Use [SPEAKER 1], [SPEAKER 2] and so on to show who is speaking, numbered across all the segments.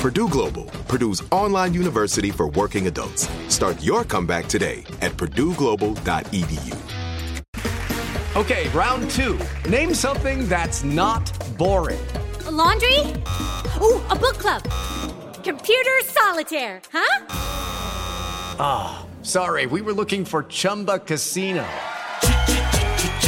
[SPEAKER 1] Purdue Global, Purdue's online university for working adults. Start your comeback today at purdueglobal.edu.
[SPEAKER 2] Okay, round two. Name something that's not boring.
[SPEAKER 3] A laundry? Ooh, a book club. Computer solitaire, huh?
[SPEAKER 2] Ah, oh, sorry, we were looking for Chumba Casino.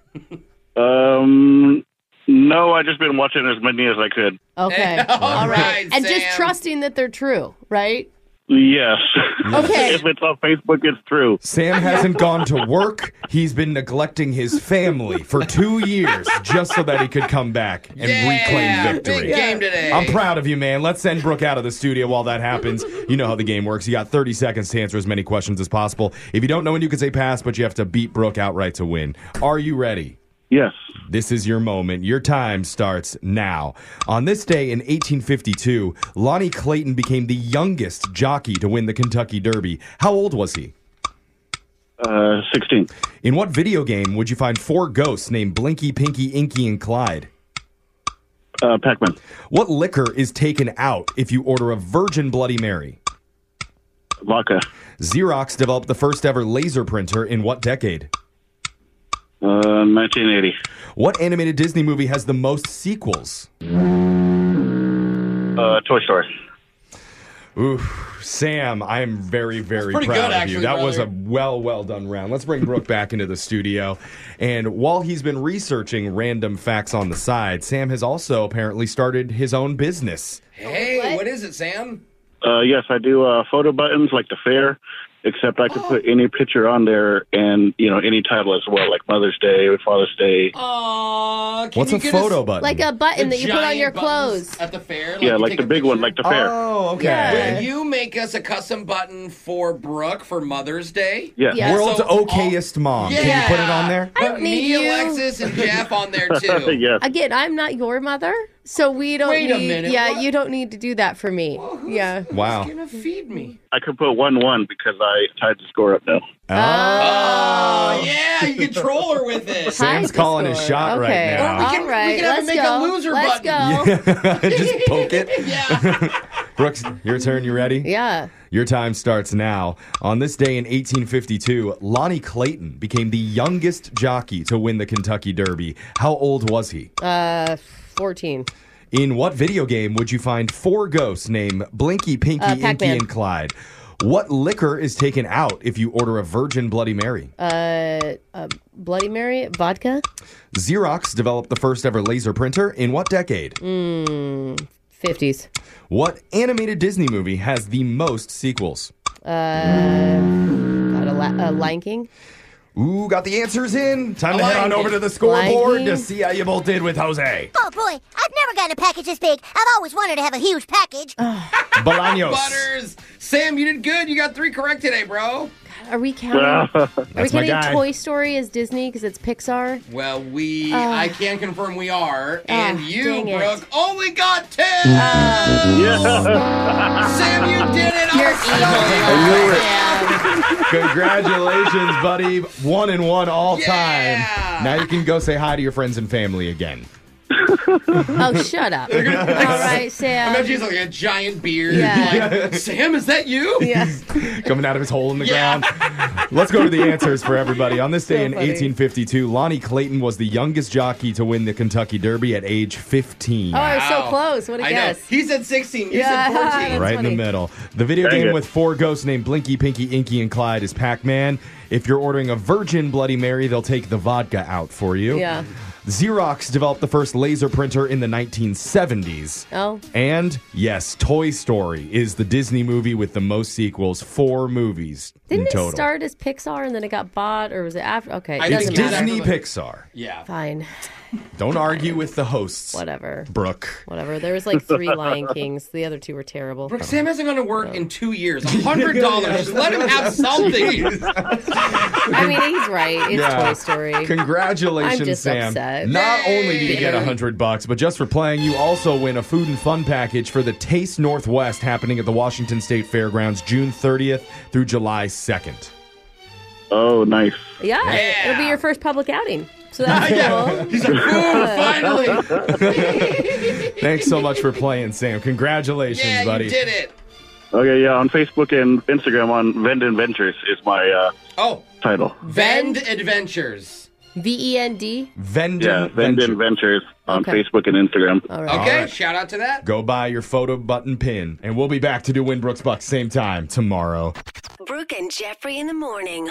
[SPEAKER 4] um no, I've just been watching as many as I could.
[SPEAKER 5] Okay. All, All right. right and Sam. just trusting that they're true, right?
[SPEAKER 4] Yes.
[SPEAKER 5] Okay.
[SPEAKER 4] if it's on Facebook, it's true.
[SPEAKER 6] Sam hasn't gone to work. He's been neglecting his family for two years just so that he could come back and
[SPEAKER 7] yeah,
[SPEAKER 6] reclaim victory.
[SPEAKER 7] Big game today.
[SPEAKER 6] I'm proud of you, man. Let's send Brooke out of the studio while that happens. You know how the game works. You got 30 seconds to answer as many questions as possible. If you don't know when you can say pass, but you have to beat Brooke outright to win. Are you ready?
[SPEAKER 4] Yes.
[SPEAKER 6] This is your moment. Your time starts now. On this day in 1852, Lonnie Clayton became the youngest jockey to win the Kentucky Derby. How old was he?
[SPEAKER 4] Uh, 16.
[SPEAKER 6] In what video game would you find four ghosts named Blinky, Pinky, Inky, and Clyde?
[SPEAKER 4] Uh, Pac Man.
[SPEAKER 6] What liquor is taken out if you order a virgin Bloody Mary?
[SPEAKER 4] Vodka.
[SPEAKER 6] Xerox developed the first ever laser printer in what decade?
[SPEAKER 4] Uh, 1980.
[SPEAKER 6] What animated Disney movie has the most sequels?
[SPEAKER 4] Uh, Toy Story.
[SPEAKER 6] Ooh, Sam, I am very, very
[SPEAKER 7] proud
[SPEAKER 6] good,
[SPEAKER 7] of
[SPEAKER 6] you.
[SPEAKER 7] Actually,
[SPEAKER 6] that
[SPEAKER 7] brother.
[SPEAKER 6] was a well, well done round. Let's bring Brooke back into the studio. And while he's been researching random facts on the side, Sam has also apparently started his own business.
[SPEAKER 7] Hey, what, what is it, Sam?
[SPEAKER 4] Uh, yes, I do uh, photo buttons like the fair, except I could oh. put any picture on there and you know any title as well, like Mother's Day or Father's Day.
[SPEAKER 7] Uh,
[SPEAKER 6] What's a photo button?
[SPEAKER 5] Like a button that you put on your clothes
[SPEAKER 7] at the fair. Like
[SPEAKER 4] yeah, like the big
[SPEAKER 7] picture?
[SPEAKER 4] one, like the fair.
[SPEAKER 6] Oh, okay.
[SPEAKER 5] Yeah.
[SPEAKER 7] Will you make us a custom button for Brooke for Mother's Day?
[SPEAKER 4] Yeah,
[SPEAKER 5] Yeah.
[SPEAKER 6] World's
[SPEAKER 7] So all-
[SPEAKER 6] okayest mom.
[SPEAKER 7] Yeah.
[SPEAKER 6] Can you put it on there?
[SPEAKER 5] I
[SPEAKER 7] Put
[SPEAKER 5] don't need
[SPEAKER 7] me,
[SPEAKER 5] you.
[SPEAKER 7] Alexis, and Jeff on there too.
[SPEAKER 4] yes.
[SPEAKER 5] Again, I'm not your mother, so we don't
[SPEAKER 7] Wait a
[SPEAKER 5] need.
[SPEAKER 7] minute,
[SPEAKER 5] yeah,
[SPEAKER 7] what?
[SPEAKER 5] you don't need to do that for me. yeah.
[SPEAKER 6] Wow.
[SPEAKER 7] Gonna feed me.
[SPEAKER 4] I could put one one because I tied the score up now.
[SPEAKER 7] Oh yeah, you control her with it.
[SPEAKER 6] Sam's
[SPEAKER 5] Hi,
[SPEAKER 6] calling his
[SPEAKER 5] Discord.
[SPEAKER 6] shot right
[SPEAKER 5] Okay.
[SPEAKER 6] now.
[SPEAKER 7] Or we can-
[SPEAKER 5] All right,
[SPEAKER 7] we can have
[SPEAKER 5] let's
[SPEAKER 7] him make a
[SPEAKER 5] go.
[SPEAKER 7] loser
[SPEAKER 5] let's go.
[SPEAKER 6] Just poke it.
[SPEAKER 7] Yeah.
[SPEAKER 6] Brooks, your turn. You ready?
[SPEAKER 5] Yeah.
[SPEAKER 6] Your time starts now. On this day in 1852, Lonnie Clayton became the youngest jockey to win the Kentucky Derby. How old was he?
[SPEAKER 5] Uh, fourteen.
[SPEAKER 6] In what video game would you find four ghosts named Blinky, Pinky,
[SPEAKER 5] Uh,
[SPEAKER 6] Inky,
[SPEAKER 5] Pac-Man.
[SPEAKER 6] and Clyde? What liquor is taken out if you order a virgin Bloody Mary?
[SPEAKER 5] Uh, uh, Bloody Mary, vodka,
[SPEAKER 6] Xerox developed the first ever laser printer in what decade?
[SPEAKER 5] 50s.
[SPEAKER 6] What animated Disney movie has the most sequels?
[SPEAKER 5] Got a, la- a Lion King.
[SPEAKER 6] Ooh, got the answers in. Time to head on over to the
[SPEAKER 5] Lion
[SPEAKER 6] scoreboard
[SPEAKER 5] King.
[SPEAKER 6] to see how you both did with Jose.
[SPEAKER 8] Oh boy, I've never gotten a package this big. I've always wanted to have a huge package.
[SPEAKER 9] Uh.
[SPEAKER 6] Bolaños.
[SPEAKER 7] Butters. Sam, you did good. You got three correct today, bro.
[SPEAKER 5] Are we counting? Are we
[SPEAKER 6] my
[SPEAKER 5] counting
[SPEAKER 6] guy.
[SPEAKER 5] Toy Story as Disney because it's Pixar?
[SPEAKER 7] Well, we, I can confirm we are. and
[SPEAKER 5] Ah,
[SPEAKER 7] you,
[SPEAKER 5] dang it. Ah.
[SPEAKER 7] Brooke, only got 10.
[SPEAKER 4] Yeah.
[SPEAKER 7] Sam, you did it. You're
[SPEAKER 6] Congratulations, buddy. One and one all
[SPEAKER 7] Yeah.
[SPEAKER 6] time. Now you can go say hi to your friends and family again.
[SPEAKER 5] Oh, shut up. All right, Sam.
[SPEAKER 7] Imagine he's like a giant beard.
[SPEAKER 5] Yeah.
[SPEAKER 7] Like, Sam, is that you?
[SPEAKER 5] Yeah.
[SPEAKER 6] coming out of his hole in the
[SPEAKER 7] Yeah.
[SPEAKER 6] ground. Let's go to the answers for everybody. On this day in
[SPEAKER 5] funny.
[SPEAKER 6] 1852, Lonnie Clayton was the youngest jockey to win the Kentucky Derby at age 15.
[SPEAKER 5] Oh, I was so
[SPEAKER 7] Wow.
[SPEAKER 5] close. What a
[SPEAKER 7] I know.
[SPEAKER 5] guess.
[SPEAKER 7] He said 16. You
[SPEAKER 5] Yeah.
[SPEAKER 7] said 14.
[SPEAKER 6] Right
[SPEAKER 5] funny.
[SPEAKER 6] in the middle. The video
[SPEAKER 4] Dang
[SPEAKER 6] game
[SPEAKER 4] it.
[SPEAKER 6] with four ghosts named Blinky, Pinky, Inky, and Clyde is Pac Man. If you're ordering a virgin Bloody Mary, they'll take the vodka out for you.
[SPEAKER 5] Yeah.
[SPEAKER 6] Xerox developed the first laser printer in the 1970s.
[SPEAKER 5] Oh.
[SPEAKER 6] And yes, Toy Story is the Disney movie with the most sequels, four movies in
[SPEAKER 5] Didn't
[SPEAKER 6] total.
[SPEAKER 5] it start as Pixar and then it got bought, or was it after? Okay,
[SPEAKER 7] I
[SPEAKER 5] it
[SPEAKER 6] It's
[SPEAKER 5] doesn't
[SPEAKER 7] think it was
[SPEAKER 5] matter.
[SPEAKER 6] Disney
[SPEAKER 7] after the-
[SPEAKER 6] Pixar.
[SPEAKER 7] Yeah.
[SPEAKER 5] Fine,
[SPEAKER 6] Don't argue with the hosts,
[SPEAKER 5] whatever,
[SPEAKER 6] Brooke.
[SPEAKER 5] whatever. There was like three Lion Kings. The other two were terrible.
[SPEAKER 7] Brooke, Sam hasn't gone to work in two years. $100. Just let him have something.
[SPEAKER 5] I mean, he's right. It's
[SPEAKER 6] Yeah.
[SPEAKER 5] Toy Story.
[SPEAKER 6] Congratulations,
[SPEAKER 5] I'm just
[SPEAKER 6] Sam.
[SPEAKER 5] upset.
[SPEAKER 6] Not only do you get a hundred bucks, but just for playing, you also win a food and fun package for the Taste Northwest happening at the Washington State Fairgrounds June 30th through July 2nd.
[SPEAKER 4] oh, nice.
[SPEAKER 5] Yeah,
[SPEAKER 7] Yeah.
[SPEAKER 5] it'll be your first public outing. So that's cool.
[SPEAKER 7] He's like, ooh, finally.
[SPEAKER 6] Thanks so much for playing, Sam. Congratulations,
[SPEAKER 7] Yeah,
[SPEAKER 6] buddy.
[SPEAKER 7] you did it.
[SPEAKER 4] Okay, yeah, on Facebook and Instagram on Vendon Ventures is my uh,
[SPEAKER 7] Oh,
[SPEAKER 4] title.
[SPEAKER 7] Vend Adventures.
[SPEAKER 5] V E N D.
[SPEAKER 6] Vendon
[SPEAKER 4] Yeah, Vendon
[SPEAKER 6] Venture.
[SPEAKER 4] Ventures on
[SPEAKER 5] Okay.
[SPEAKER 4] Facebook and Instagram.
[SPEAKER 5] All right.
[SPEAKER 7] Okay, shout out to that.
[SPEAKER 6] Go buy your photo button pin, and we'll be back to do Winbrook's Bucks same time tomorrow.
[SPEAKER 10] Brooke and Jeffrey in the morning.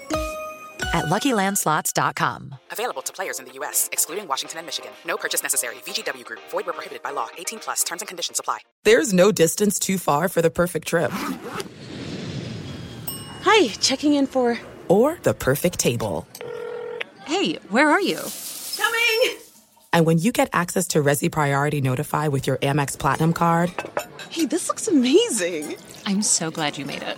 [SPEAKER 10] at luckylandslots.com.
[SPEAKER 9] Available to players in the U.S., excluding Washington and Michigan. No purchase necessary. VGW Group, void where prohibited by law. 18 plus terms and conditions apply.
[SPEAKER 11] There's no distance too far for the perfect trip
[SPEAKER 9] Hi, checking in for.
[SPEAKER 11] or the perfect table.
[SPEAKER 10] Hey, where are you?
[SPEAKER 11] And when you get access to Resi Priority Notify with your Amex Platinum card
[SPEAKER 9] Hey, this looks amazing!
[SPEAKER 10] I'm so glad you made it.